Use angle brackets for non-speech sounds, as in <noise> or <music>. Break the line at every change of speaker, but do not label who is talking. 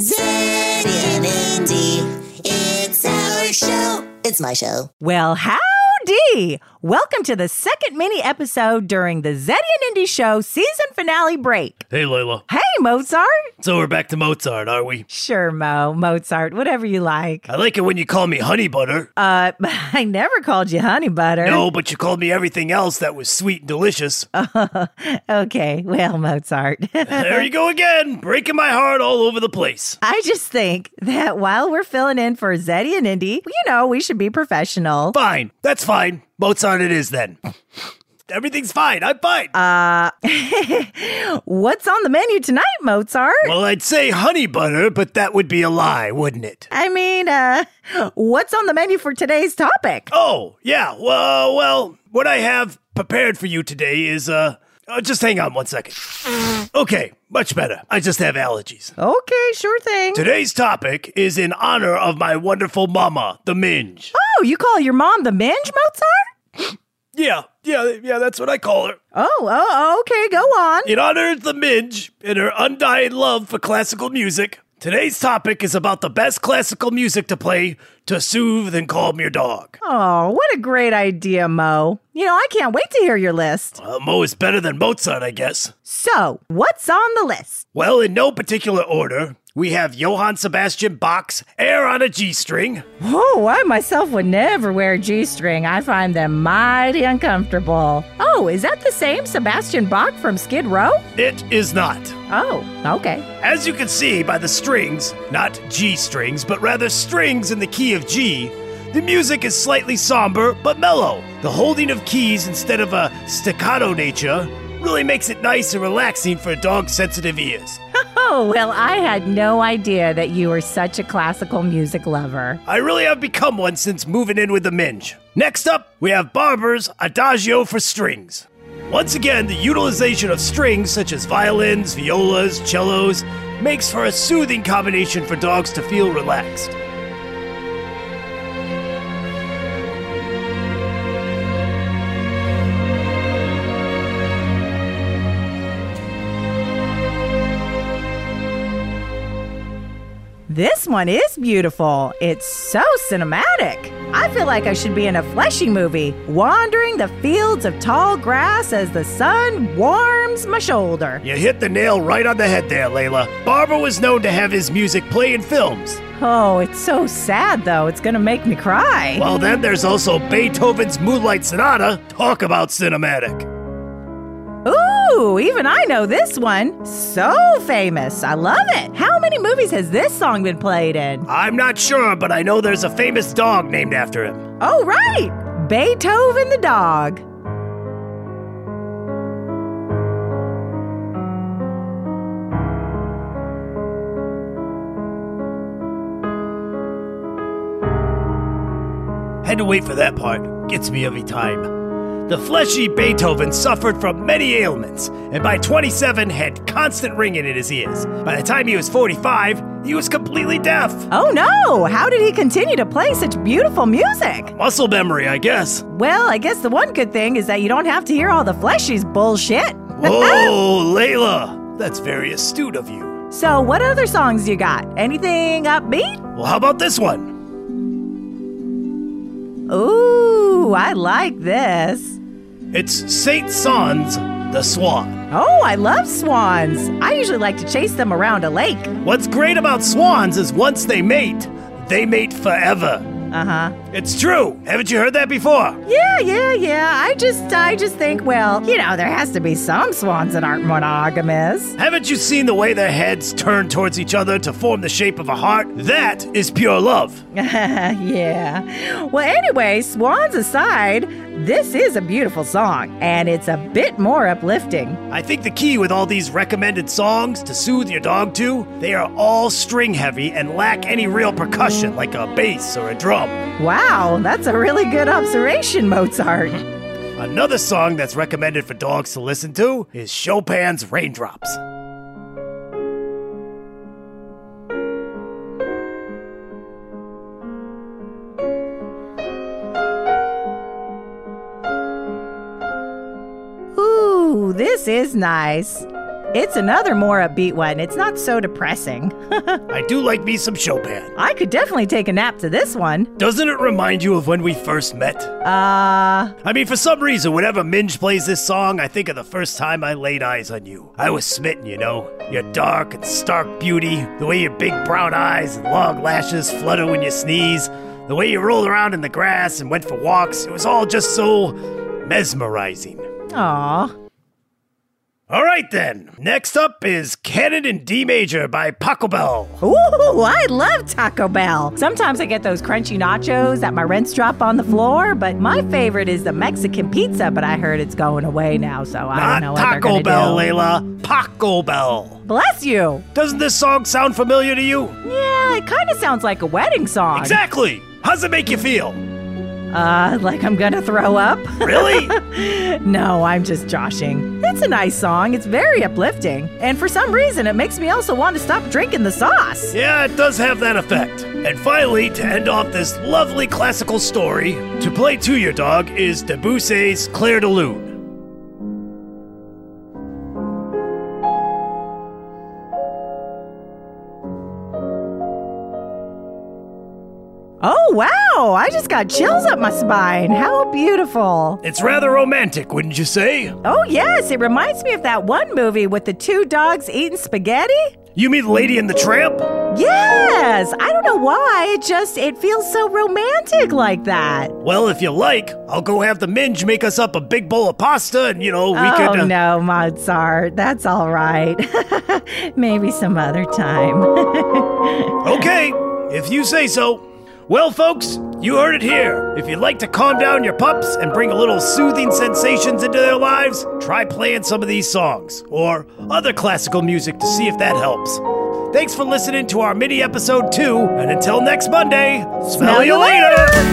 Zed and Andy, it's our show. It's my show.
Well, howdy! Welcome to the second mini episode during the Zeddy and Indy Show season finale break.
Hey, Layla.
Hey, Mozart!
So we're back to Mozart, are we?
Sure, Mo, Mozart, whatever you like.
I like it when you call me honey butter.
Uh, <laughs> I never called you Uh-huh. honey butter.
no, but you called me everything else that was sweet and delicious.
<laughs> Okay, well, Mozart. <laughs>
there you go again, breaking my heart all over the place.
I just think that while we're filling in for Zeddy and Indy, you know, we should be professional.
Fine, that's fine. Mozart it is then. <laughs> Everything's fine, I'm fine.
What's on the menu tonight, Mozart?
well, I'd say honey butter, but that would be a lie, wouldn't it?
I mean, uh, what's on the menu for today's topic?
Oh, yeah, well, well, what I have prepared for you today is, uh, uh, just hang on one second. Okay, much better. I just have allergies.
Okay, sure thing.
Today's topic is in honor of my wonderful mama, the Minge.
Oh, you call your mom the Minge Mozart?
Yeah, yeah, yeah, that's what I call her.
Oh, oh, oh, okay, go on.
In honor of the Minge and her undying love for classical music, today's topic is about the best classical music to play to soothe and calm your dog.
Oh, what a great idea, Mo. You know, I can't wait to hear your list.
Uh, Mo is better than Mozart, I guess.
So, what's on the list?
Well, in no particular order, we have Johann Sebastian Bach's Air on a G String,
Oh, I myself would never wear G string. I find them mighty uncomfortable. Oh, is that the same Sebastian Bach from Skid Row?
It Is Not.
Oh, okay. <laughs>
As you can see by the strings, not G strings, but rather strings in the key of G, the music is slightly somber but mellow. The holding of keys instead of a staccato nature really makes it nice and relaxing for dog sensitive ears.
Oh, well, I had no idea that you were such a classical music lover.
I really have become one since moving in with the Minge. Next up, we have Barber's Adagio for Strings. Once again, the utilization of strings such as violins, violas, cellos makes for a soothing combination for dogs to feel relaxed.
This one is beautiful. It's so cinematic. I feel like I should be in a fleshy movie, wandering the fields of tall grass as the sun warms my shoulder.
You hit the nail right on the head there, Layla. Barber was known to have his music play in films.
Oh, it's so sad though. It's gonna make me cry.
Well, then there's also Beethoven's Moonlight Sonata. Talk about cinematic.
Ooh, even I know this one. So famous. I love it. How many movies has this song been played in?
I'm not sure, but I know there's a famous dog named after him.
Oh, right. Beethoven the dog.
Had to wait for that part. Gets me every time. The fleshy Beethoven suffered from many ailments, and by 27 had constant ringing in his ears. By the time he was 45, he was completely deaf.
Oh no, how did he continue to play such beautiful music?
Muscle memory, I guess.
Well, I guess the one good thing is that you don't have to hear all the fleshy's bullshit.
Whoa, Layla! That's very astute of you.
<laughs> So, what other songs you got? Anything upbeat?
Well, how about this one?
Ooh, I like this.
It's St. Sans the Swan.
Oh, I love swans. I usually like to chase them around a lake.
What's great about swans is once they mate, they mate forever.
Uh huh.
It's true. Haven't you heard that before?
Yeah, yeah, yeah. I just, I just think, well, you know, there has to be some swans that aren't monogamous. <laughs>
Haven't you seen the way their heads turn towards each other to form the shape of a heart? That is pure love.
yeah. Well, anyway, swans aside, this is a beautiful song, and it's a bit more uplifting.
I think the key with all these recommended songs to soothe your dog to, they are all string heavy and lack any real percussion like a bass or a drum.
Wow, that's a really good observation, Mozart.
Another song that's recommended for dogs to listen to is Chopin's Raindrops.
Ooh, this is nice. It's another more upbeat one. It's not so depressing. <laughs>
I do like me some Chopin.
I could definitely take a nap to this one.
Doesn't it remind you of when we first met?
Uh,
I mean, for some reason, whenever Minge plays this song, I think of the first time I laid eyes on you. I was smitten, you know. Your dark and stark beauty, the way your big brown eyes and long lashes flutter when you sneeze, the way you rolled around in the grass and went for walks, it was all just so mesmerizing.
aw.
All right, then. Next up is Canon in D Major by Paco Bell.
Ooh, I love Taco Bell. Sometimes I get those crunchy nachos that my rents drop on the floor, but my favorite is the Mexican pizza, but I heard it's going away now, so I don't know
Not
what they're
Taco
gonna
Bell, eh?
do.
Layla. Paco Bell.
Bless you.
Doesn't this song sound familiar to you?
Yeah, it kind of sounds like a wedding song.
Exactly. How's it make you feel?
Uh, like I'm gonna throw up.
Really?
no, I'm just joshing. It's a nice song. It's very uplifting. And for some reason, it makes me also want to stop drinking the sauce.
Yeah, it does have that effect. And finally, to end off this lovely classical story, to play to your dog is Debussy's Clair de Lune.
Oh, wow. I just got chills up my spine. How beautiful.
It's rather romantic, wouldn't you say?
Oh, yes, it reminds me of that one movie with the two dogs eating spaghetti.
You mean Lady and the Tramp?
Yes, I don't know why, it just it feels so romantic like that.
Well, if you like, I'll go have the Minge make us up a big bowl of pasta and, you know, we
oh
could. uh,
no, Mozart, that's all right. <laughs> Maybe some other time. <laughs>
Okay, if you say so. Well, folks, you heard it here. If you'd like to calm down your pups and bring a little soothing sensations into their lives, try playing some of these songs or other classical music to see if that helps. Thanks for listening to our mini episode 2, and until next Monday, smell, you later.